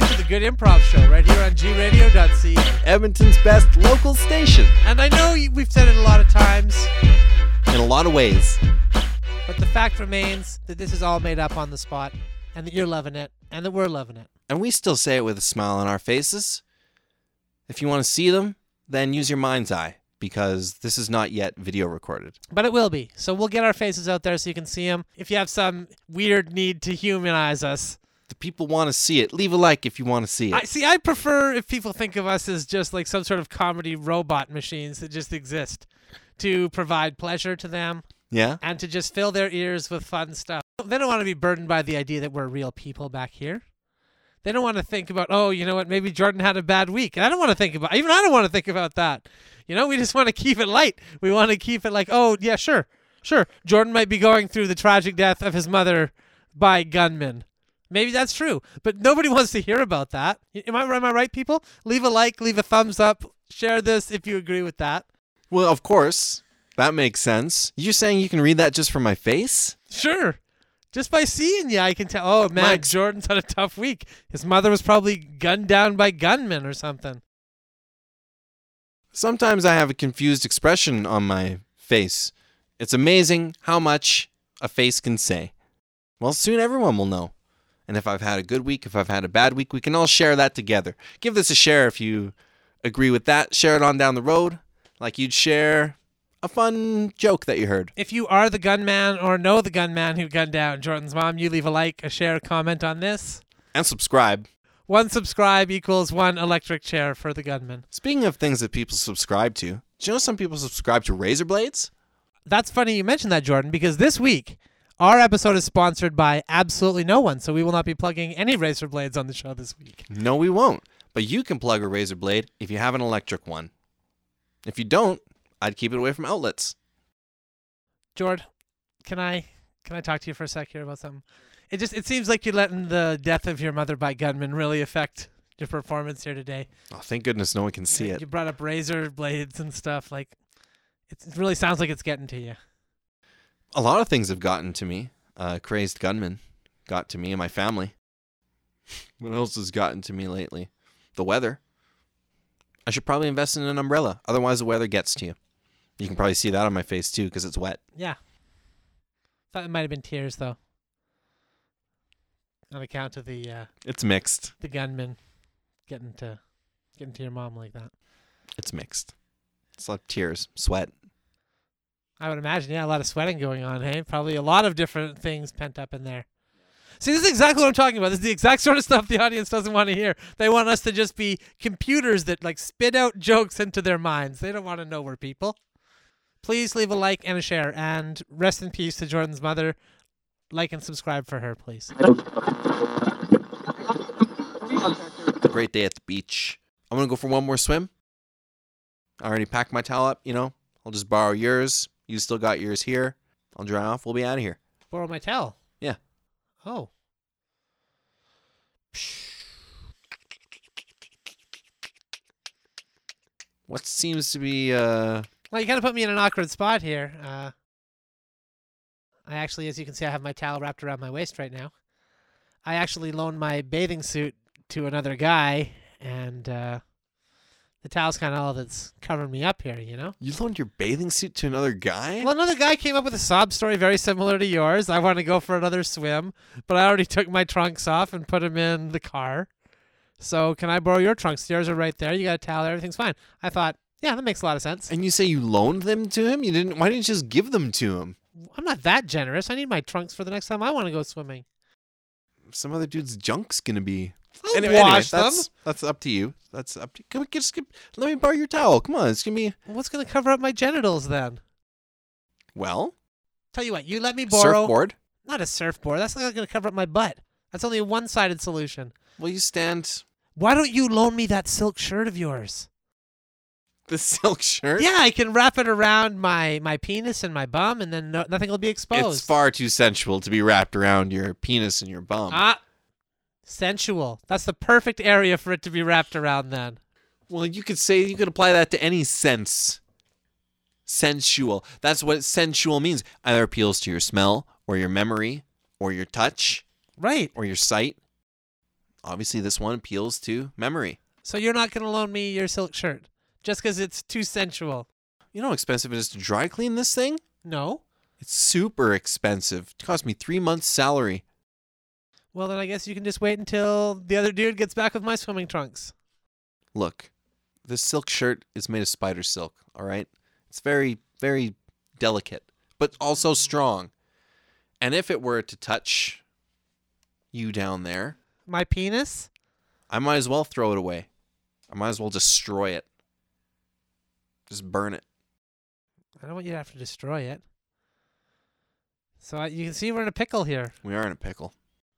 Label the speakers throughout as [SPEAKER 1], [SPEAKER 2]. [SPEAKER 1] improv show right here on gradio.c.
[SPEAKER 2] Edmonton's best local station
[SPEAKER 1] And I know you- we've said it a lot of times,
[SPEAKER 2] in a lot of ways.
[SPEAKER 1] but the fact remains that this is all made up on the spot and that you're loving it and that we're loving it.
[SPEAKER 2] And we still say it with a smile on our faces. If you want to see them, then use your mind's eye because this is not yet video recorded.
[SPEAKER 1] But it will be. So we'll get our faces out there so you can see them. If you have some weird need to humanize us,
[SPEAKER 2] The people want to see it. Leave a like if you want to see it.
[SPEAKER 1] I see. I prefer if people think of us as just like some sort of comedy robot machines that just exist to provide pleasure to them
[SPEAKER 2] yeah?
[SPEAKER 1] and to just fill their ears with fun stuff. They don't want to be burdened by the idea that we're real people back here. They don't want to think about, oh, you know what, maybe Jordan had a bad week. And I don't want to think about even I don't want to think about that. You know, we just want to keep it light. We want to keep it like, oh yeah, sure. Sure. Jordan might be going through the tragic death of his mother by gunmen. Maybe that's true. But nobody wants to hear about that. Am I am I right, people? Leave a like, leave a thumbs up, share this if you agree with that.
[SPEAKER 2] Well, of course. That makes sense. You're saying you can read that just from my face?
[SPEAKER 1] Sure. Just by seeing you, I can tell. Oh man,
[SPEAKER 2] Mike's-
[SPEAKER 1] Jordan's had a tough week. His mother was probably gunned down by gunmen or something.
[SPEAKER 2] Sometimes I have a confused expression on my face. It's amazing how much a face can say. Well, soon everyone will know. And if I've had a good week, if I've had a bad week, we can all share that together. Give this a share if you agree with that. Share it on down the road, like you'd share a fun joke that you heard.
[SPEAKER 1] If you are the gunman or know the gunman who gunned down Jordan's mom, you leave a like, a share, a comment on this.
[SPEAKER 2] And subscribe.
[SPEAKER 1] One subscribe equals one electric chair for the gunman.
[SPEAKER 2] Speaking of things that people subscribe to, do you know some people subscribe to razor blades?
[SPEAKER 1] That's funny you mentioned that, Jordan, because this week our episode is sponsored by absolutely no one, so we will not be plugging any razor blades on the show this week.
[SPEAKER 2] No, we won't. But you can plug a razor blade if you have an electric one. If you don't, I'd keep it away from outlets.
[SPEAKER 1] Jord, can I can I talk to you for a sec here about something? It just it seems like you're letting the death of your mother by gunman really affect your performance here today.
[SPEAKER 2] Oh, thank goodness no one can see
[SPEAKER 1] you,
[SPEAKER 2] it.
[SPEAKER 1] You brought up razor blades and stuff. Like it's, it really sounds like it's getting to you.
[SPEAKER 2] A lot of things have gotten to me. Uh, crazed gunman got to me and my family. what else has gotten to me lately? The weather. I should probably invest in an umbrella, otherwise the weather gets to you. You can probably see that on my face too because it's wet.
[SPEAKER 1] Yeah. Thought it might have been tears though, on account of the uh,
[SPEAKER 2] It's mixed.
[SPEAKER 1] the gunman getting to getting to your mom like that.
[SPEAKER 2] It's mixed. It's like tears, sweat.
[SPEAKER 1] I would imagine, yeah, a lot of sweating going on, hey? Probably a lot of different things pent up in there. See, this is exactly what I'm talking about. This is the exact sort of stuff the audience doesn't want to hear. They want us to just be computers that like spit out jokes into their minds. They don't want to know we're people. Please leave a like and a share, and rest in peace to Jordan's mother. Like and subscribe for her, please.
[SPEAKER 2] great day at the beach. I'm gonna go for one more swim. I already packed my towel up, you know. I'll just borrow yours. You still got yours here. I'll dry off. We'll be out of here.
[SPEAKER 1] Borrow my towel.
[SPEAKER 2] Yeah.
[SPEAKER 1] Oh.
[SPEAKER 2] What seems to be uh
[SPEAKER 1] Well, you kind of put me in an awkward spot here. Uh, I actually, as you can see, I have my towel wrapped around my waist right now. I actually loaned my bathing suit to another guy, and uh, the towel's kind of all that's covering me up here, you know?
[SPEAKER 2] you loaned your bathing suit to another guy?
[SPEAKER 1] Well, another guy came up with a sob story very similar to yours. I want to go for another swim, but I already took my trunks off and put them in the car. So, can I borrow your trunks? Yours are right there. You got a towel, everything's fine. I thought, yeah, that makes a lot of sense.
[SPEAKER 2] And you say you loaned them to him? You didn't why didn't you just give them to him?
[SPEAKER 1] I'm not that generous. I need my trunks for the next time I want to go swimming.
[SPEAKER 2] Some other dude's junk's gonna be
[SPEAKER 1] I'll
[SPEAKER 2] Anyway, anyway,
[SPEAKER 1] wash them.
[SPEAKER 2] that's that's up to you. That's up to you. Can we just get, let me borrow your towel? Come on, it's gonna be
[SPEAKER 1] What's going to cover up my genitals then?
[SPEAKER 2] well
[SPEAKER 1] Tell you what, you let me borrow.
[SPEAKER 2] surfboard.
[SPEAKER 1] Not a surfboard. That's not going to cover up my butt. That's only a one sided solution.
[SPEAKER 2] Will you stand
[SPEAKER 1] Why don't you loan me that silk shirt of yours?
[SPEAKER 2] the silk shirt?
[SPEAKER 1] Yeah, I can wrap it around my, my penis and my bum, and then no, nothing will be exposed.
[SPEAKER 2] It's far too sensual to be wrapped around your penis and your bum.
[SPEAKER 1] ah, sensual. That's the perfect area for it to be wrapped around then.
[SPEAKER 2] well, you could say you could apply that to any sense. Sensual. That's what sensual means. Either appeals to your smell or your memory or your touch
[SPEAKER 1] Right.
[SPEAKER 2] or your sight. obviously this one appeals to memory.
[SPEAKER 1] So you're not gonna loan me your silk shirt just because it's too sensual.
[SPEAKER 2] You know how expensive it is to dry clean this thing?
[SPEAKER 1] No.
[SPEAKER 2] It's super expensive. It cost me three months' salary.
[SPEAKER 1] Well, then I guess you can just wait until the other dude gets back with my swimming trunks.
[SPEAKER 2] Look, this silk shirt is made of spider silk, all right? It's very, very delicate, but also strong. And if it were to touch you down there,
[SPEAKER 1] My penis?
[SPEAKER 2] I might as well throw it away. I might as well destroy it. Just burn it.
[SPEAKER 1] I don't want you to have to destroy it. So I, you can see we're in a pickle here.
[SPEAKER 2] We are in a pickle.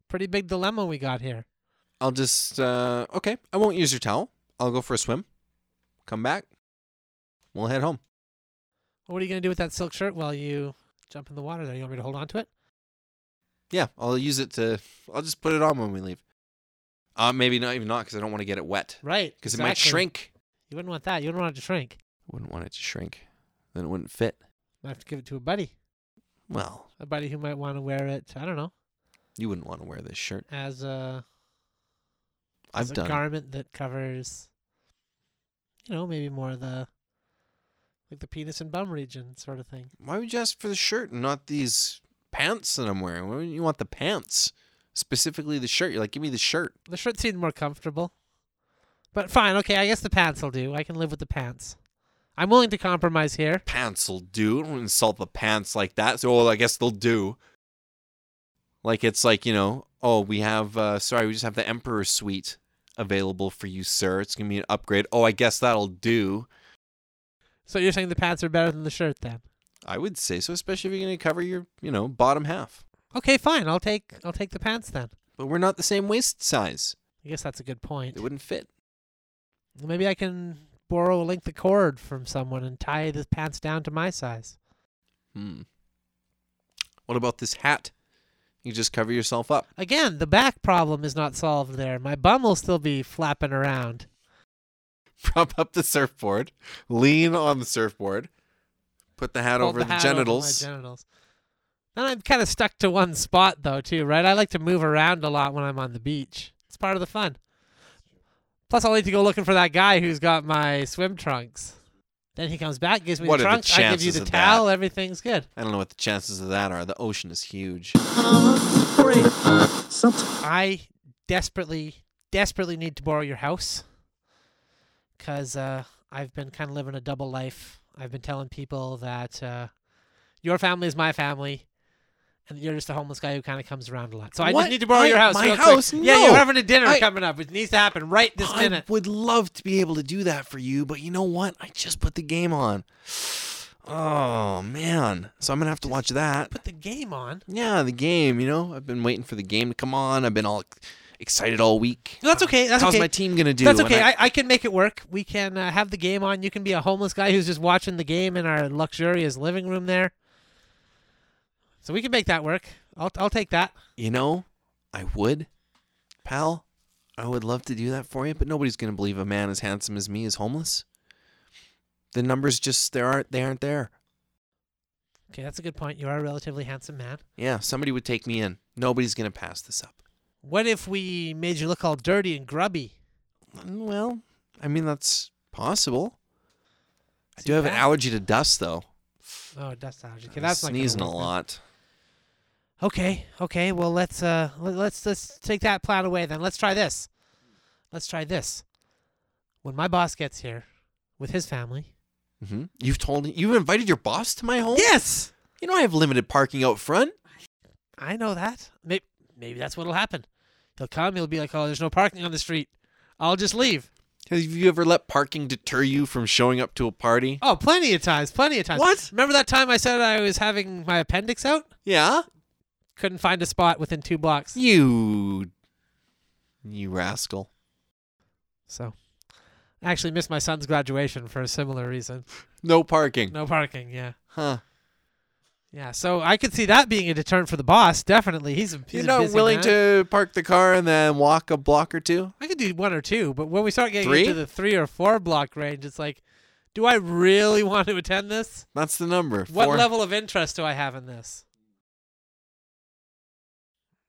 [SPEAKER 1] Pretty big dilemma we got here.
[SPEAKER 2] I'll just uh okay, I won't use your towel. I'll go for a swim. Come back. We'll head home.
[SPEAKER 1] What are you gonna do with that silk shirt while you jump in the water? There, you want me to hold on to it?
[SPEAKER 2] Yeah, I'll use it to I'll just put it on when we leave. Uh maybe not even not cuz I don't want to get it wet
[SPEAKER 1] Right.
[SPEAKER 2] cuz it might
[SPEAKER 1] exactly.
[SPEAKER 2] shrink.
[SPEAKER 1] You wouldn't want that. You wouldn't want it to shrink.
[SPEAKER 2] Wouldn't want it to shrink. Then it wouldn't fit.
[SPEAKER 1] Might have to give it to a buddy.
[SPEAKER 2] Well,
[SPEAKER 1] A buddy who might want to wear it. I don't know.
[SPEAKER 2] you wouldn't want to wear this shirt.
[SPEAKER 1] As a as
[SPEAKER 2] I've
[SPEAKER 1] a
[SPEAKER 2] done. it.
[SPEAKER 1] garment that covers, you know, maybe more of the like the penis and bum region sort of thing.
[SPEAKER 2] Why would you ask for the shirt and not these pants that I'm wearing? Why would you want the pants? Specifically the shirt. You're like, "Give me the shirt."
[SPEAKER 1] The shirt seemed more comfortable, but fine. Okay, I guess the pants will do. I can live with the pants. I'm willing to compromise here.
[SPEAKER 2] pants will do. Don't insult the pants like that. So, well, I guess they'll do. Like it's like you know, oh, we have uh, sorry, we just have the emperor suite available for you, sir. It's gonna be an upgrade. Oh, I guess that'll do.
[SPEAKER 1] So you're saying the pants are better than the shirt then?
[SPEAKER 2] I would say so, especially if you're gonna cover your you know bottom half.
[SPEAKER 1] Okay, fine. I'll take I'll take the pants then.
[SPEAKER 2] But we're not the same waist size.
[SPEAKER 1] I guess that's a good point.
[SPEAKER 2] It wouldn't fit.
[SPEAKER 1] Maybe I can borrow a length of cord from someone and tie the pants down to my size.
[SPEAKER 2] Hmm. What about this hat? You just cover yourself up.
[SPEAKER 1] Again, the back problem is not solved there. My bum will still be flapping around.
[SPEAKER 2] Prop up the surfboard. Lean on the surfboard. Put the hat
[SPEAKER 1] Hold
[SPEAKER 2] over the,
[SPEAKER 1] hat
[SPEAKER 2] genitals.
[SPEAKER 1] my genitals. Then I'm kind of stuck to one spot though, too, right? I like to move around a lot when I'm on the beach. It's part of the fun. Plus, I'll need to go looking for that guy who's got my swim trunks. Then he comes back, gives me
[SPEAKER 2] What
[SPEAKER 1] the
[SPEAKER 2] are the
[SPEAKER 1] trunks. I give you
[SPEAKER 2] chances
[SPEAKER 1] the
[SPEAKER 2] of that?
[SPEAKER 1] towel. Everything's good.
[SPEAKER 2] I don't know what the chances of that are. The ocean is huge.
[SPEAKER 1] I desperately, desperately need to borrow your house because uh, I've been kind of living a double life. I've been telling people that uh, your family is my family, and you're just a homeless guy who kind of comes around a lot. So I
[SPEAKER 2] What?
[SPEAKER 1] just need to borrow
[SPEAKER 2] I-
[SPEAKER 1] your house.
[SPEAKER 2] my
[SPEAKER 1] real quick.
[SPEAKER 2] house?
[SPEAKER 1] Yeah,
[SPEAKER 2] No.
[SPEAKER 1] you're having a dinner
[SPEAKER 2] I-
[SPEAKER 1] coming up. It needs to happen right this
[SPEAKER 2] I
[SPEAKER 1] minute.
[SPEAKER 2] would love to be able to do that for you, but you know what? I just put the game on. Oh man. So I'm gonna have to watch that.
[SPEAKER 1] Put the game on.
[SPEAKER 2] Yeah, the game, you know? I've been waiting for the game to come on. I've been all excited all week.
[SPEAKER 1] No, that's okay. That's
[SPEAKER 2] How's
[SPEAKER 1] okay.
[SPEAKER 2] my team gonna do?
[SPEAKER 1] That's
[SPEAKER 2] And
[SPEAKER 1] okay.
[SPEAKER 2] I-
[SPEAKER 1] I, I can make it work. We can uh, have the game on. You can be a homeless guy who's just watching the game in our luxurious living room there. So we can make that work. I'll I'll take that.
[SPEAKER 2] you know, I would, pal. I would love to do that for you, but nobody's gonna believe a man as handsome as me is homeless. The numbers just there aren't they aren't there.
[SPEAKER 1] Okay, that's a good point. You are a relatively handsome man.
[SPEAKER 2] Yeah, somebody would take me in. Nobody's gonna pass this up.
[SPEAKER 1] What if we made you look all dirty and grubby?
[SPEAKER 2] Mm, Well, I mean that's possible. I
[SPEAKER 1] See,
[SPEAKER 2] do have an
[SPEAKER 1] that-
[SPEAKER 2] allergy to dust though.
[SPEAKER 1] Oh, dust allergy. Okay,
[SPEAKER 2] I'm
[SPEAKER 1] that's not gonna
[SPEAKER 2] sneezing a
[SPEAKER 1] work then.
[SPEAKER 2] lot.
[SPEAKER 1] Okay, okay. Well, let's uh let- let's let's take that plan away then. Let's try this. Let's try this. When my boss gets here with his family.
[SPEAKER 2] hmm You've told you've invited your boss to my home.
[SPEAKER 1] Yes.
[SPEAKER 2] You know I have limited parking out front.
[SPEAKER 1] I know that. Maybe, maybe that's what'll happen. He'll come. He'll be like, "Oh, there's no parking on the street. I'll just leave."
[SPEAKER 2] Have you ever let parking deter you from showing up to a party?
[SPEAKER 1] Oh, plenty of times. Plenty of times.
[SPEAKER 2] What?
[SPEAKER 1] Remember that time I said I was having my appendix out?
[SPEAKER 2] Yeah.
[SPEAKER 1] Couldn't find a spot within two blocks.
[SPEAKER 2] You. You rascal.
[SPEAKER 1] So, I actually missed my son's graduation for a similar reason.
[SPEAKER 2] No parking.
[SPEAKER 1] No parking. Yeah.
[SPEAKER 2] Huh.
[SPEAKER 1] Yeah. So I could see that being a deterrent for the boss. Definitely. He's a. He's
[SPEAKER 2] You're
[SPEAKER 1] a
[SPEAKER 2] not
[SPEAKER 1] busy
[SPEAKER 2] willing
[SPEAKER 1] man.
[SPEAKER 2] to park the car and then walk a block or two?
[SPEAKER 1] I could do one or two, but when we start getting
[SPEAKER 2] Three?
[SPEAKER 1] into the three or four block range, it's like, do I really want to attend this?
[SPEAKER 2] That's the number.
[SPEAKER 1] What
[SPEAKER 2] Four.
[SPEAKER 1] level of interest do I have in this?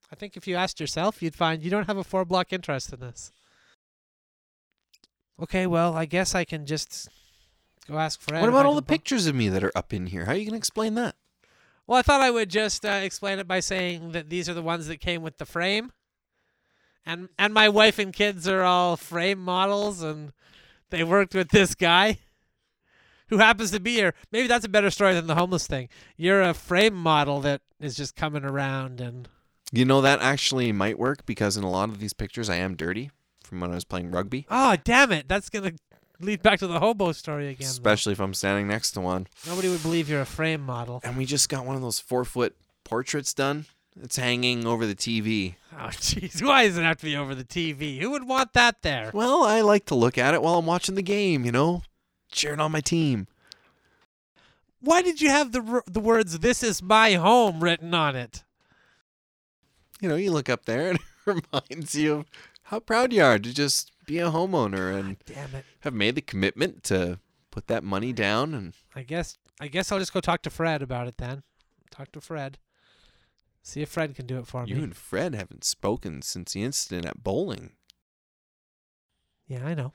[SPEAKER 1] I think if you asked yourself, you'd find you don't have a four block interest in this. Okay, well, I guess I can just go ask Fred.
[SPEAKER 2] What
[SPEAKER 1] if
[SPEAKER 2] about
[SPEAKER 1] I
[SPEAKER 2] all the
[SPEAKER 1] can bo-
[SPEAKER 2] pictures of me that are up in here? How are you going to explain that?
[SPEAKER 1] Well, I thought I would just uh, explain it by saying that these are the ones that came with the frame, and and my wife and kids are all frame models, and they worked with this guy, who happens to be here. Maybe that's a better story than the homeless thing. You're a frame model that is just coming around, and
[SPEAKER 2] You know, that actually might work because in a lot of these pictures, I am dirty from when I was playing rugby,
[SPEAKER 1] oh damn it, that's gonna lead back to the hobo story again. though.
[SPEAKER 2] especially if I'm standing next to one.
[SPEAKER 1] Nobody would believe you're a frame model.
[SPEAKER 2] And we just got one of those four foot portraits done. It's hanging over the TV.
[SPEAKER 1] Oh jeez, why does it have to be over the TV? Who would want that there?
[SPEAKER 2] Well, I like to look at it while I'm watching the game, you know, cheering on my team.
[SPEAKER 1] Why did you have the r- the words "This is my home" written on it?
[SPEAKER 2] You know, you look up there and it reminds you of how proud you are to just be a homeowner and
[SPEAKER 1] Damn it.
[SPEAKER 2] have made the commitment to put that money down and
[SPEAKER 1] I guess I guess I'll just go talk to Fred about it then. Talk to Fred. See if Fred can do it for
[SPEAKER 2] you
[SPEAKER 1] me.
[SPEAKER 2] and Fred haven't spoken since the incident at bowling.
[SPEAKER 1] yeah, I know.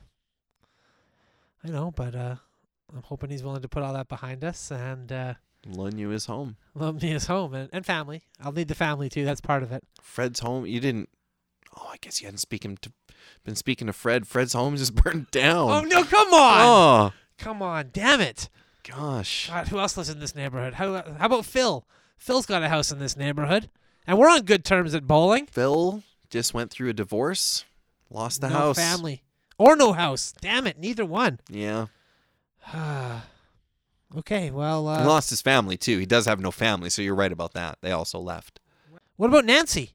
[SPEAKER 1] I know, but uh I'm hoping he's willing to put all that behind us and uh
[SPEAKER 2] Loan you his home.
[SPEAKER 1] love me his home and, and family. I'll need the family too, that's part of it.
[SPEAKER 2] Fred's home you didn't Oh, I guess you hadn't speaking to been speaking to Fred. Fred's home just burned down.
[SPEAKER 1] oh no, come on.
[SPEAKER 2] Oh,
[SPEAKER 1] Come on, damn it.
[SPEAKER 2] gosh.
[SPEAKER 1] God, who else lives in this neighborhood? How how about Phil? Phil's got a house in this neighborhood. And we're on good terms at bowling.
[SPEAKER 2] Phil just went through a divorce, lost the
[SPEAKER 1] no
[SPEAKER 2] house.
[SPEAKER 1] family. Or no house. Damn it, neither one.
[SPEAKER 2] Yeah.
[SPEAKER 1] okay, well
[SPEAKER 2] he
[SPEAKER 1] uh,
[SPEAKER 2] lost his family too. He does have no family, so you're right about that. They also left.
[SPEAKER 1] What about Nancy?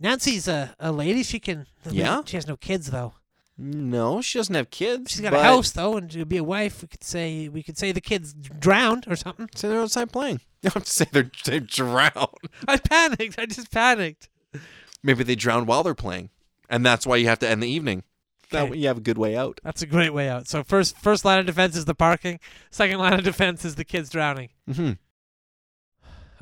[SPEAKER 1] Nancy's a, a lady. She can. I mean,
[SPEAKER 2] Yeah?
[SPEAKER 1] She has no kids though.
[SPEAKER 2] No, she doesn't have kids.
[SPEAKER 1] She's got a
[SPEAKER 2] but-
[SPEAKER 1] house though, and she'll be a wife. We could say we could say the kids drowned or something.
[SPEAKER 2] So they're outside playing. You don't have to say they're they drowned.
[SPEAKER 1] I panicked. I just panicked.
[SPEAKER 2] Maybe they drown while they're playing, and that's why you have to end the evening. That
[SPEAKER 1] Okay.
[SPEAKER 2] way you have a good way out.
[SPEAKER 1] That's a great way out. So first first line of defense is the parking. Second line of defense is the kids drowning.
[SPEAKER 2] Mm-hmm.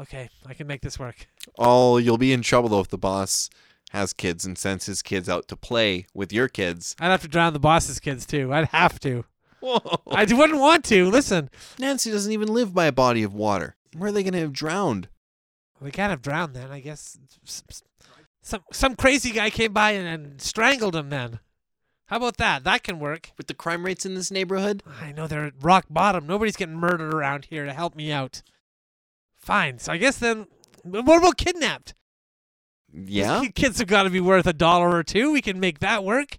[SPEAKER 1] Okay, I can make this work.
[SPEAKER 2] Oh, you'll be in trouble though if the boss has kids and sends his kids out to play with your kids.
[SPEAKER 1] I'd have to drown the boss's kids too. I'd have to.
[SPEAKER 2] Whoa.
[SPEAKER 1] I wouldn't want to. Listen,
[SPEAKER 2] Nancy doesn't even live by a body of water. Where are they going to have drowned?
[SPEAKER 1] They kind of drowned then, I guess. S- s- Some some crazy guy came by and, and strangled him then. How about that? That can work.
[SPEAKER 2] With the crime rates in this neighborhood?
[SPEAKER 1] I know they're at rock bottom. Nobody's getting murdered around here to help me out. Fine. So I guess then, but what about kidnapped? These
[SPEAKER 2] Yeah,
[SPEAKER 1] ki- Kids have got to be worth a dollar or two. We can make that work.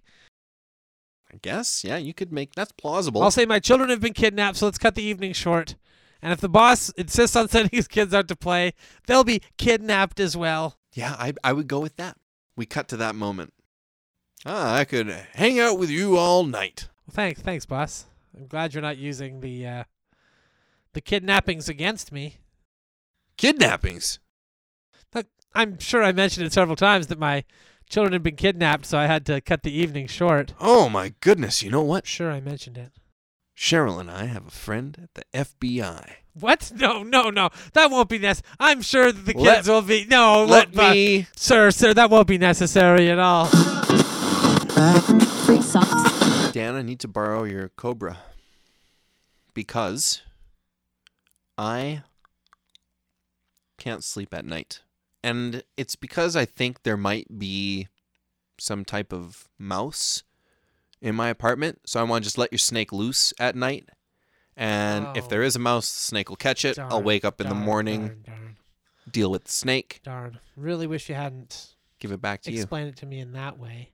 [SPEAKER 2] I guess. Yeah, you could make that's plausible.
[SPEAKER 1] I'll say my children have been kidnapped, so let's cut the evening short. And if the boss insists on sending his kids out to play, they'll be kidnapped as well.
[SPEAKER 2] yeah, I, I would go with that. We cut to that moment. Ah, I could hang out with you all night.
[SPEAKER 1] Well, thanks, thanks, boss. I'm glad you're not using the uh, the kidnappings against me.
[SPEAKER 2] Kidnappings.
[SPEAKER 1] Look, I'm sure I mentioned it several times that my children had been kidnapped, so I had to cut the evening short.
[SPEAKER 2] Oh my goodness, you know
[SPEAKER 1] I'm
[SPEAKER 2] what?
[SPEAKER 1] Sure, I mentioned it.
[SPEAKER 2] Cheryl and I have a friend at the FBI.
[SPEAKER 1] What? No, no, no. That won't be necessary. I'm sure that the
[SPEAKER 2] Let-
[SPEAKER 1] kids will be. No,
[SPEAKER 2] Let
[SPEAKER 1] but-
[SPEAKER 2] me
[SPEAKER 1] sir, sir, that won't be necessary at all.
[SPEAKER 3] Free socks.
[SPEAKER 2] Dan, I need to borrow your Cobra because I can't sleep at night. And it's because I think there might be some type of mouse in my apartment. So I want to just let your snake loose at night. And if
[SPEAKER 1] Oh.
[SPEAKER 2] there is a mouse, the snake will catch it. I'll
[SPEAKER 1] Darn,
[SPEAKER 2] wake up in the
[SPEAKER 1] darn,
[SPEAKER 2] morning,
[SPEAKER 1] Darn, darn,
[SPEAKER 2] deal with the snake,
[SPEAKER 1] darn. Really wish you hadn't
[SPEAKER 2] give it back to you.
[SPEAKER 1] explain it to me in that way.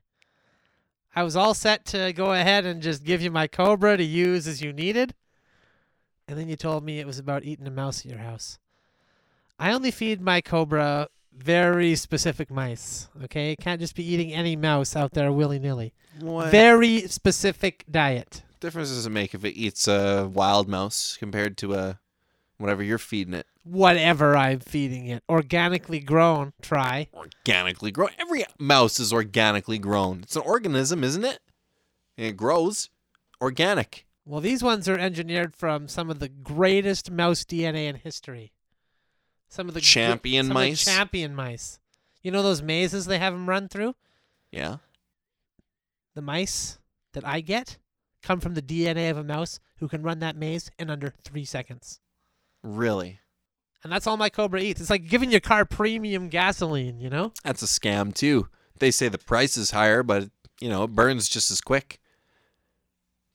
[SPEAKER 1] I was all set to go ahead and just give you my Cobra to use as you needed. And then you told me it was about eating a mouse at your house. I only feed my Cobra very specific mice, okay? It can't just be eating any mouse out there willy nilly.
[SPEAKER 2] What
[SPEAKER 1] Very specific diet.
[SPEAKER 2] difference does it make if it eats a wild mouse compared to a whatever you're feeding it?
[SPEAKER 1] Whatever I'm feeding it, organically grown, try.
[SPEAKER 2] organically grown. Every mouse is organically grown. It's an organism, isn't it? And it grows organic.
[SPEAKER 1] Well, these ones are engineered from some of the greatest mouse DNA in history. Some of the gr-
[SPEAKER 2] Champion
[SPEAKER 1] some of the
[SPEAKER 2] mice?
[SPEAKER 1] champion mice. You know those mazes they have them run through?
[SPEAKER 2] Yeah.
[SPEAKER 1] The mice that I get come from the DNA of a mouse who can run that maze in under three seconds.
[SPEAKER 2] Really?
[SPEAKER 1] And that's all my Cobra eats. It's like giving your car premium gasoline, you know?
[SPEAKER 2] That's a scam too. They say the price is higher, but you know, it burns just as quick.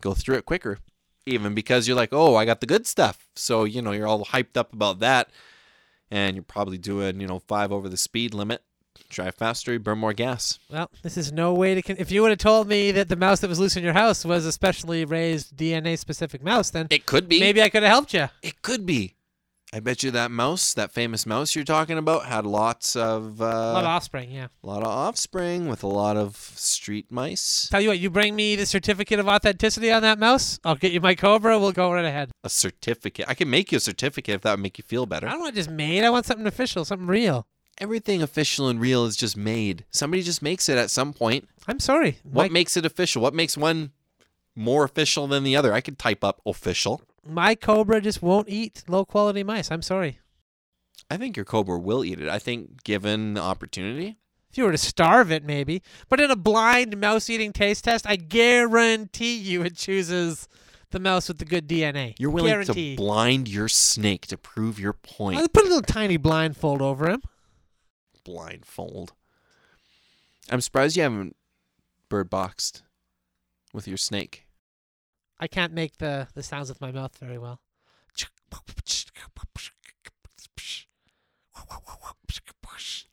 [SPEAKER 2] Go through it quicker. Even because you're like, "Oh, I got the good stuff." So, you know, you're all hyped up about that and you're probably doing, you know, 5 over the speed limit. Drive faster, you burn more gas.
[SPEAKER 1] Well, this is no way to. Con- if you would have told me that the mouse that was loose in your house was a specially raised DNA specific mouse, then
[SPEAKER 2] It could be.
[SPEAKER 1] maybe I could have helped you.
[SPEAKER 2] It could be. I bet you that mouse, that famous mouse you're talking about, had lots of uh,
[SPEAKER 1] a lot of offspring, yeah.
[SPEAKER 2] lot of offspring with a lot of street mice.
[SPEAKER 1] Tell you what, you bring me the certificate of authenticity on that mouse, I'll get you my Cobra, we'll go right ahead.
[SPEAKER 2] A certificate. I can make you a certificate if that would make you feel
[SPEAKER 1] I
[SPEAKER 2] better.
[SPEAKER 1] don't want just made, I want something official, something real.
[SPEAKER 2] Everything official and real is just made. Somebody just makes it at some point.
[SPEAKER 1] I'm sorry.
[SPEAKER 2] What
[SPEAKER 1] my,
[SPEAKER 2] makes it official? What makes one more official than the other? I could type up official.
[SPEAKER 1] my Cobra just won't eat low quality mice. I'm sorry.
[SPEAKER 2] I think your cobra will eat it. I think given the opportunity.
[SPEAKER 1] If you were to starve it, maybe. But in a blind mouse eating taste test, I guarantee you it chooses the mouse with the good DNA.
[SPEAKER 2] You're willing
[SPEAKER 1] guarantee.
[SPEAKER 2] to blind your snake to prove your point.
[SPEAKER 1] I'll put a little tiny blindfold over him.
[SPEAKER 2] blindfold. I'm surprised you haven't bird boxed with your snake.
[SPEAKER 1] I can't make the, the sounds with my mouth very well.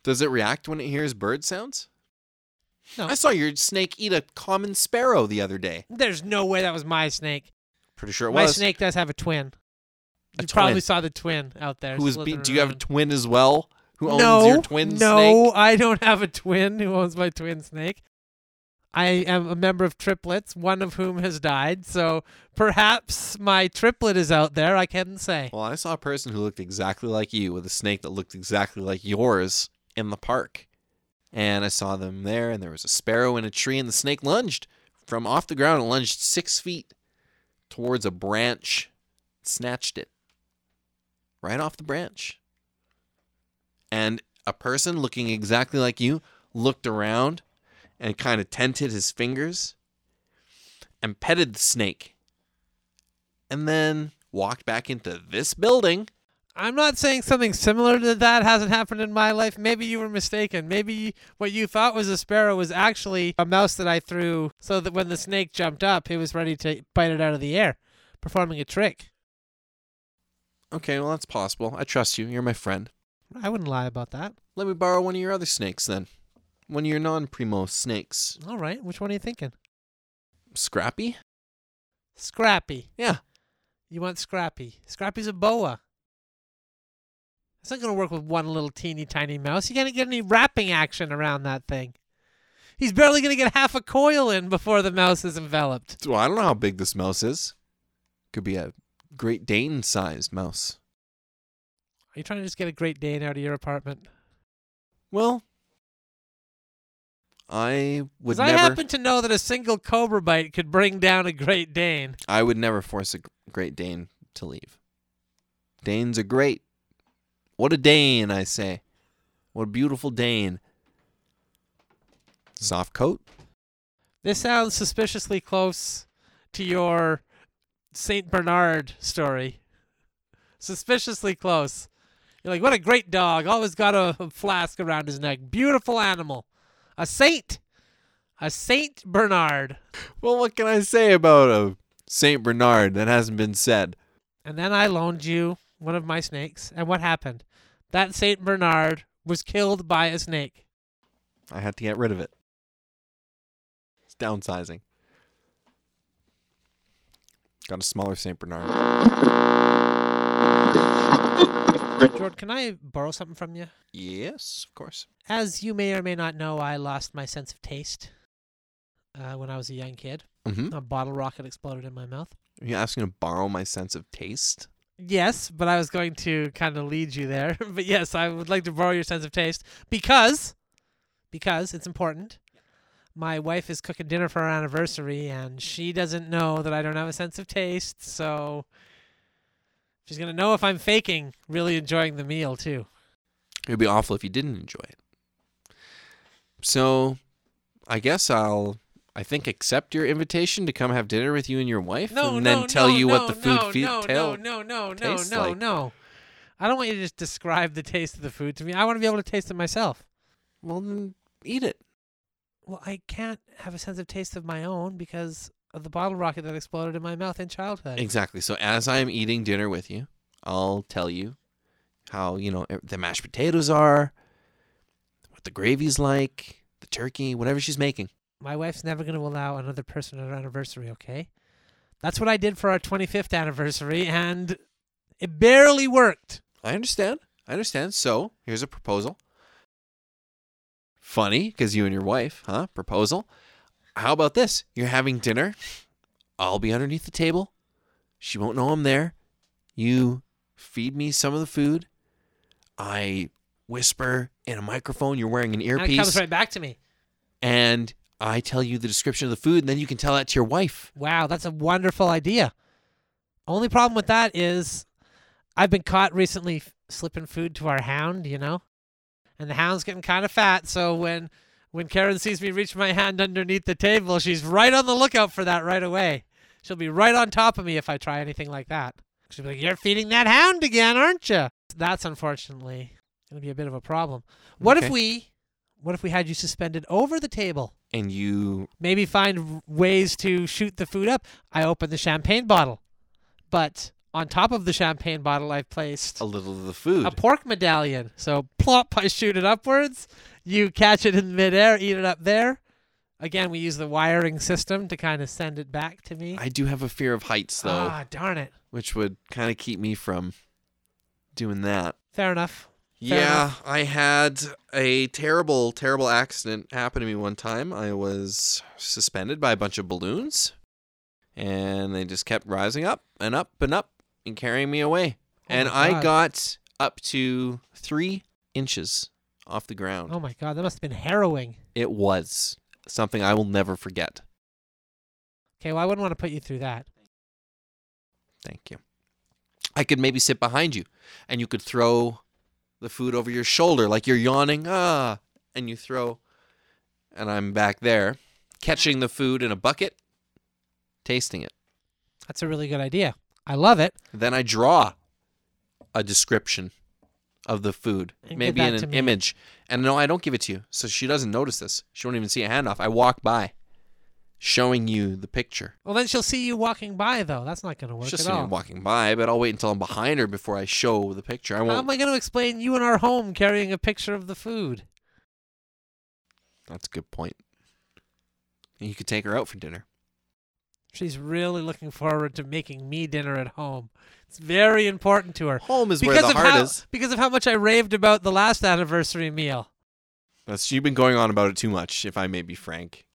[SPEAKER 2] Does it react when it hears bird sounds?
[SPEAKER 1] No.
[SPEAKER 2] I saw your snake eat a common sparrow the other day.
[SPEAKER 1] There's no way that was my snake.
[SPEAKER 2] Pretty sure it
[SPEAKER 1] my
[SPEAKER 2] was.
[SPEAKER 1] snake does have a twin.
[SPEAKER 2] A
[SPEAKER 1] you probably
[SPEAKER 2] twin.
[SPEAKER 1] saw the twin out there.
[SPEAKER 2] Who was be-
[SPEAKER 1] slithering
[SPEAKER 2] do you have a
[SPEAKER 1] around.
[SPEAKER 2] twin as well? Who owns
[SPEAKER 1] no,
[SPEAKER 2] your twin
[SPEAKER 1] no,
[SPEAKER 2] snake?
[SPEAKER 1] I don't have a twin who owns my twin snake. I am a member of triplets, one of whom has died. So perhaps my triplet is out there. I can't say.
[SPEAKER 2] Well, I saw a person who looked exactly like you with a snake that looked exactly like yours in the park. And I saw them there, and there was a sparrow in a tree, and the snake lunged from off the ground and lunged six feet towards a branch, snatched it right off the branch. And a person looking exactly like you looked around and kind of tented his fingers and petted the snake and then walked back into this building.
[SPEAKER 1] I'm not saying something similar to that hasn't happened in my life. Maybe you were mistaken. Maybe what you thought was a sparrow was actually a mouse that I threw so that when the snake jumped up, it was ready to bite it out of the air, performing a trick.
[SPEAKER 2] Okay, well, that's possible. I trust you. You're my friend.
[SPEAKER 1] I wouldn't lie about that.
[SPEAKER 2] Let me borrow one of your other snakes then. One of your non primo snakes.
[SPEAKER 1] All right, which one are you thinking?
[SPEAKER 2] Scrappy?
[SPEAKER 1] Scrappy.
[SPEAKER 2] Yeah.
[SPEAKER 1] You want Scrappy. Scrappy's a boa. It's not going to work with one little teeny tiny mouse. You can't get any wrapping action around that thing. He's barely going to get half a coil in before the mouse is enveloped.
[SPEAKER 2] Well, I don't know how big this mouse is. Could be a Great Dane sized mouse.
[SPEAKER 1] Are you trying to just get a Great Dane out of your apartment?
[SPEAKER 2] Well, I would
[SPEAKER 1] 'Cause
[SPEAKER 2] never.
[SPEAKER 1] I happen to know that a single cobra bite could bring down a Great Dane.
[SPEAKER 2] I would never force a Great Dane to leave. Danes are great. What a Dane, I say. What a beautiful Dane. Soft coat?
[SPEAKER 1] This sounds suspiciously close to your Saint Bernard story. Suspiciously close. You're like, what a great dog. Always got a, a flask around his neck. Beautiful animal. A saint. A Saint Bernard.
[SPEAKER 2] Well, what can I say about a Saint Bernard that hasn't been said?
[SPEAKER 1] And then I loaned you one of my snakes. And what happened? That Saint Bernard was killed by a snake.
[SPEAKER 2] I had to get rid of it. It's downsizing. Got a smaller Saint Bernard.
[SPEAKER 1] Jordan, can I borrow something from you?
[SPEAKER 2] Yes, of course.
[SPEAKER 1] As you may or may not know, I lost my sense of taste uh, when I was a young kid.
[SPEAKER 2] Mm-hmm.
[SPEAKER 1] a bottle rocket exploded in my mouth.
[SPEAKER 2] Are you asking to borrow my sense of taste?
[SPEAKER 1] Yes, but I was going to kind of lead you there. but yes, I would like to borrow your sense of taste because because it's important. My wife is cooking dinner for our anniversary and she doesn't know that I don't have a sense of taste, so she's going to know if I'm faking really enjoying the meal too.
[SPEAKER 2] It would be awful if you didn't enjoy it. So I guess I'll I think accept your invitation to come have dinner with you and your wife
[SPEAKER 1] No,
[SPEAKER 2] and
[SPEAKER 1] no,
[SPEAKER 2] then tell
[SPEAKER 1] no,
[SPEAKER 2] you
[SPEAKER 1] no,
[SPEAKER 2] what the food
[SPEAKER 1] no,
[SPEAKER 2] fe-
[SPEAKER 1] no,
[SPEAKER 2] tail-
[SPEAKER 1] No, no, no, no,
[SPEAKER 2] tastes
[SPEAKER 1] no,
[SPEAKER 2] like.
[SPEAKER 1] no. I don't want you to just describe the taste of the food to me. I want to be able to taste it myself.
[SPEAKER 2] Well then eat it.
[SPEAKER 1] Well, I can't have a sense of taste of my own because of the bottle rocket that exploded in my mouth in childhood.
[SPEAKER 2] Exactly. So as I'm eating dinner with you, I'll tell you how, you know, e- the mashed potatoes are, what the gravy's like, the turkey, whatever she's making.
[SPEAKER 1] my wife's never going to allow another person on our anniversary, okay? That's what I did for our 25th anniversary, and it barely worked.
[SPEAKER 2] I understand. I understand. So here's a proposal. Funny, because you and your wife, huh? Proposal. How about this? You're having dinner. I'll be underneath the table. She won't know I'm there. You feed me some of the food. I whisper in a microphone. You're wearing an
[SPEAKER 1] And it
[SPEAKER 2] earpiece.
[SPEAKER 1] comes right back to me.
[SPEAKER 2] and I tell you the description of the food, and then you can tell that to your wife.
[SPEAKER 1] Wow, that's a wonderful idea. Only problem with that is I've been caught recently f- slipping food to our hound, you know? And the hound's getting kind of fat, so when when Karen sees me reach my hand underneath the table, she's right on the lookout for that right away. She'll be right on top of me if I try anything like that. She'll be like, "You're feeding that hound again, aren't you?" That's unfortunately going to be a bit of a problem. What if
[SPEAKER 2] Okay.
[SPEAKER 1] we what if we had you suspended over the table?
[SPEAKER 2] And you,
[SPEAKER 1] maybe find w- ways to shoot the food up. I open the champagne bottle, but on top of the champagne bottle, I've placed
[SPEAKER 2] a little of the food.
[SPEAKER 1] a pork medallion. So plop, I shoot it upwards. You catch it in midair, eat it up there. Again, we use the wiring system to kind of send it back to me.
[SPEAKER 2] I do have a fear of heights, though,
[SPEAKER 1] ah, darn it.
[SPEAKER 2] which would kind of keep me from doing that.
[SPEAKER 1] Fair enough. Fair
[SPEAKER 2] yeah, I had a terrible, terrible accident happen to me one time. I was suspended by a bunch of balloons, and they just kept rising up and up and up and carrying me away.
[SPEAKER 1] Oh
[SPEAKER 2] and
[SPEAKER 1] my
[SPEAKER 2] I
[SPEAKER 1] God.
[SPEAKER 2] got up to three inches off the ground.
[SPEAKER 1] Oh my god, that must have been harrowing.
[SPEAKER 2] It was something I will never forget.
[SPEAKER 1] Okay, well, I wouldn't want to put you through that.
[SPEAKER 2] Thank you. I could maybe sit behind you and you could throw the food over your shoulder like you're yawning. Ah, and you throw, and I'm back there catching the food in a bucket, tasting it.
[SPEAKER 1] That's a really good idea. I love it.
[SPEAKER 2] Then I draw a description of the food,
[SPEAKER 1] And give
[SPEAKER 2] maybe
[SPEAKER 1] that
[SPEAKER 2] in
[SPEAKER 1] to
[SPEAKER 2] an
[SPEAKER 1] me.
[SPEAKER 2] image. And no, I don't give it to you. So she doesn't notice this. She won't even see a handoff. I walk by showing you the picture.
[SPEAKER 1] Well, then she'll see you walking by, though. That's not going to work
[SPEAKER 2] It's just
[SPEAKER 1] at
[SPEAKER 2] me
[SPEAKER 1] all.
[SPEAKER 2] walking by, but I'll wait until I'm behind her before I show the picture. I
[SPEAKER 1] How
[SPEAKER 2] won't.
[SPEAKER 1] am I going to explain you in our home carrying a picture of the food?
[SPEAKER 2] That's a good point. You could take her out for dinner.
[SPEAKER 1] She's really looking forward to making me dinner at home. It's very important to her.
[SPEAKER 2] Home is
[SPEAKER 1] Because
[SPEAKER 2] where
[SPEAKER 1] of,
[SPEAKER 2] the heart
[SPEAKER 1] how,
[SPEAKER 2] is.
[SPEAKER 1] because of how much I raved about the last anniversary meal.
[SPEAKER 2] That's, you've been going on about it too much, if I may be frank.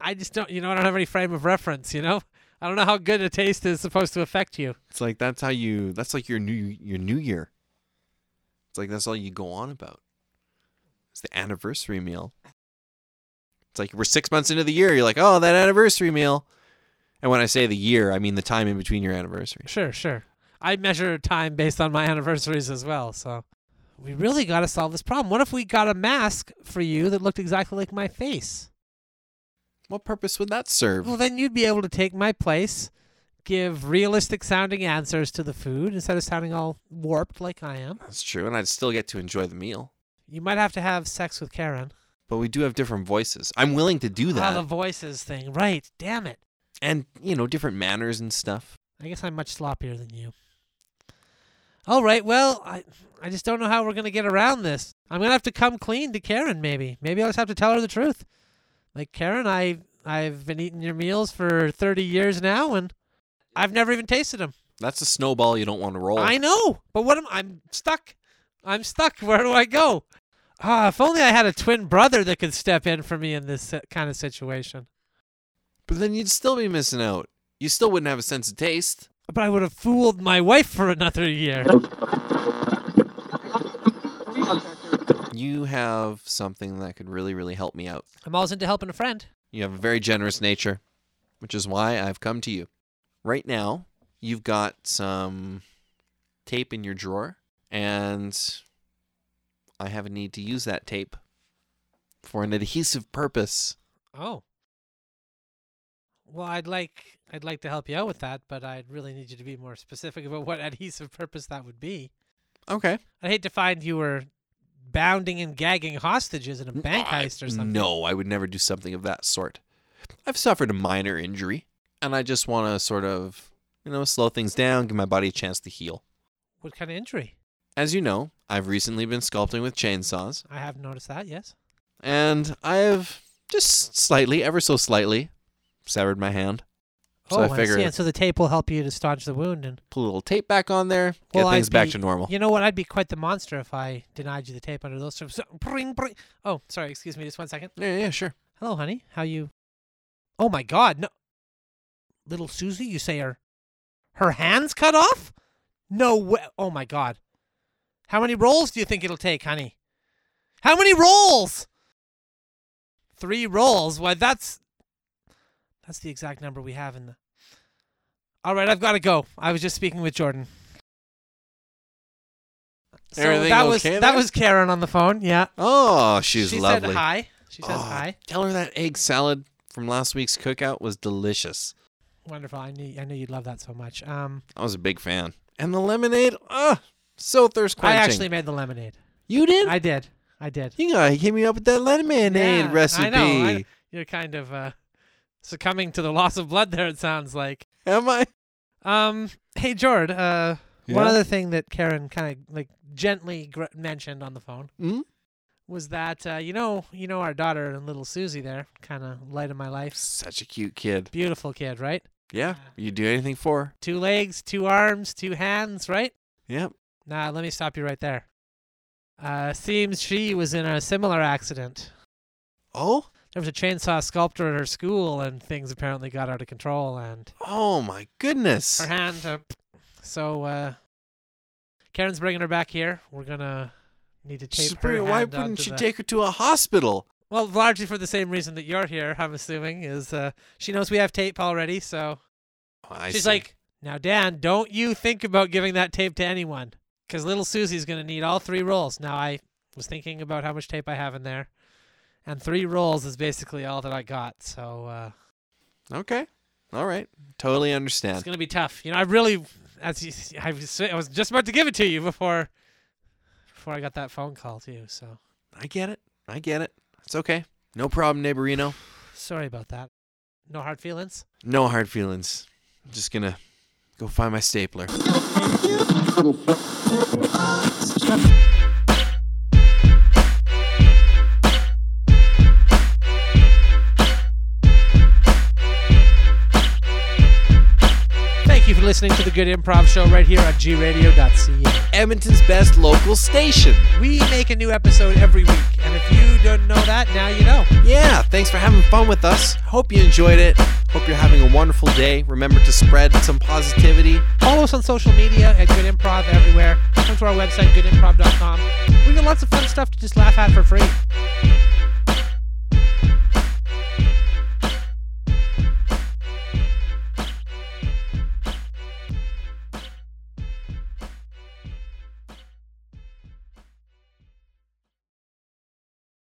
[SPEAKER 1] I just don't, you know, I don't have any frame of reference, you know? I don't know how good a taste is supposed to affect you.
[SPEAKER 2] It's like that's how you. That's like your new your new year. It's like that's all you go on about. It's the anniversary meal. It's like we're six months into the year. You're like, oh, that anniversary meal. And when I say the year, I mean the time in between your anniversaries.
[SPEAKER 1] Sure, sure. I measure time based on my anniversaries as well, so. We really got to solve this problem. What if we got a mask for you that looked exactly like my face?
[SPEAKER 2] What purpose would that serve?
[SPEAKER 1] Well, then you'd be able to take my place, give realistic sounding answers to the food instead of sounding all warped like I am.
[SPEAKER 2] That's true, and I'd still get to enjoy the meal.
[SPEAKER 1] You might have to have sex with Karen.
[SPEAKER 2] But we do have different voices. I'm willing to do
[SPEAKER 1] Ah,
[SPEAKER 2] that.
[SPEAKER 1] the voices thing. Right. Damn it.
[SPEAKER 2] and you know different manners and stuff.
[SPEAKER 1] I guess I'm much sloppier than you. All right. Well, I, I just don't know how we're going to get around this. I'm going to have to come clean to Karen, maybe. Maybe I'll just have to tell her the truth. Like, Karen, I, I've been eating your meals for 30 years now, and I've never even tasted them.
[SPEAKER 2] That's a snowball you don't want to roll.
[SPEAKER 1] I know, but what am I'm stuck? I'm stuck. Where do I go? Ah, if only I had a twin brother that could step in for me in this uh, kind of situation.
[SPEAKER 2] but then you'd still be missing out. You still wouldn't have a sense of taste.
[SPEAKER 1] But I would have fooled my wife for another year.
[SPEAKER 2] You have something that could really, really help me out.
[SPEAKER 1] I'm always into helping a friend.
[SPEAKER 2] You have a very generous nature, which is why I've come to you. Right now, you've got some tape in your drawer, and I have a need to use that tape for an adhesive purpose.
[SPEAKER 1] Oh. Well, I'd like I'd like to help you out with that, but I'd really need you to be more specific about what adhesive purpose that would be.
[SPEAKER 2] Okay.
[SPEAKER 1] I'd hate to find you were bounding and gagging hostages in a bank heist or something.
[SPEAKER 2] Uh, No, I would never do something of that sort. I've suffered a minor injury, and I just want to sort of, you know, slow things down, give my body a chance to heal.
[SPEAKER 1] What kind of injury?
[SPEAKER 2] As you know, I've recently been sculpting with chainsaws,
[SPEAKER 1] I have noticed that, yes.
[SPEAKER 2] and I have just slightly, ever so slightly, severed my hand. So
[SPEAKER 1] oh,
[SPEAKER 2] I
[SPEAKER 1] see.
[SPEAKER 2] figure
[SPEAKER 1] And so the tape will help you to staunch the wound and
[SPEAKER 2] put a little tape back on there,
[SPEAKER 1] Well,
[SPEAKER 2] get
[SPEAKER 1] I'd
[SPEAKER 2] things back
[SPEAKER 1] be-
[SPEAKER 2] to normal.
[SPEAKER 1] You know what? I'd be quite the monster if I denied you the tape under those circumstances. Bring, bring. Oh, sorry. Excuse me. Just one second.
[SPEAKER 2] Yeah, yeah, sure.
[SPEAKER 1] Hello, honey. How you? Oh my God! No, little Susie, you say her, her hands cut off? No way! Oh my God! How many rolls do you think it'll take, honey? How many rolls? Three rolls. Why, that's that's the exact number we have in the. All right, I've got to go. I was just speaking with Jordan. So
[SPEAKER 2] Everything
[SPEAKER 1] that was
[SPEAKER 2] okay
[SPEAKER 1] that
[SPEAKER 2] there?
[SPEAKER 1] was Karen on the phone. Yeah,
[SPEAKER 2] Oh, she's
[SPEAKER 1] she
[SPEAKER 2] lovely.
[SPEAKER 1] said hi. She said
[SPEAKER 2] Oh,
[SPEAKER 1] hi.
[SPEAKER 2] Tell her that egg salad from last week's cookout was delicious.
[SPEAKER 1] Wonderful. I knew I knew you'd love that so much. Um,
[SPEAKER 2] I was a big fan. And the lemonade, ah, so thirst
[SPEAKER 1] I
[SPEAKER 2] quenching.
[SPEAKER 1] actually made the lemonade.
[SPEAKER 2] you did?
[SPEAKER 1] I did. I did.
[SPEAKER 2] you gotta hit me up with that lemonade
[SPEAKER 1] Yeah, I
[SPEAKER 2] recipe.
[SPEAKER 1] know, I- You're kind of uh, succumbing to the loss of blood there. It sounds like.
[SPEAKER 2] Am I?
[SPEAKER 1] Um, hey, Jord. Uh, one
[SPEAKER 2] Yeah?
[SPEAKER 1] other thing that Karen kind of like gently gr- mentioned on the phone
[SPEAKER 2] Mm?
[SPEAKER 1] was that uh, you know you know our daughter and little Susie there, kind of light of my life.
[SPEAKER 2] Such a cute kid.
[SPEAKER 1] Beautiful kid, right?
[SPEAKER 2] Yeah. You do anything for her?
[SPEAKER 1] Two legs, two arms, two hands, right?
[SPEAKER 2] Yep.
[SPEAKER 1] Nah, let me stop you right there. Uh, seems she was in a similar accident.
[SPEAKER 2] Oh?
[SPEAKER 1] There was a chainsaw sculptor at her school, and things apparently got out of control, and
[SPEAKER 2] Oh my goodness.
[SPEAKER 1] her hand. Uh, so, uh, Karen's bringing her back here. We're gonna need to tape
[SPEAKER 2] She's
[SPEAKER 1] her
[SPEAKER 2] pretty- why
[SPEAKER 1] hand
[SPEAKER 2] wouldn't
[SPEAKER 1] onto
[SPEAKER 2] she
[SPEAKER 1] the-
[SPEAKER 2] take her to a hospital?
[SPEAKER 1] Well, largely for the same reason that you're here, I'm assuming, is uh, she knows we have tape already, so
[SPEAKER 2] Oh, I
[SPEAKER 1] she's
[SPEAKER 2] see.
[SPEAKER 1] like, "Now, Dan, don't you think about giving that tape to anyone, because little Susie's gonna need all three rolls." Now, I was thinking about how much tape I have in there, and three rolls is basically all that I got. So. Uh,
[SPEAKER 2] okay. All right. Totally understand.
[SPEAKER 1] It's gonna be tough. You know, I really, as you, I was, I was just about to give it to you before, before I got that phone call too. So
[SPEAKER 2] I get it. I get it. It's okay. No problem, neighborino.
[SPEAKER 1] sorry about that. No hard feelings.
[SPEAKER 2] No hard feelings. I'm just gonna go find my stapler.
[SPEAKER 1] Thank you for listening to the Good Improv Show right here on gradio.ca.
[SPEAKER 2] Edmonton's best local station.
[SPEAKER 1] E. We make a new episode every week, and if you don't know that, now you know.
[SPEAKER 2] Yeah, thanks for having fun with us. Hope you enjoyed it. Hope you're having a wonderful day. Remember to spread some positivity.
[SPEAKER 1] Follow us on social media at Good Improv everywhere. Come to our website, goodimprov.com. We've got lots of fun stuff to just laugh at for free.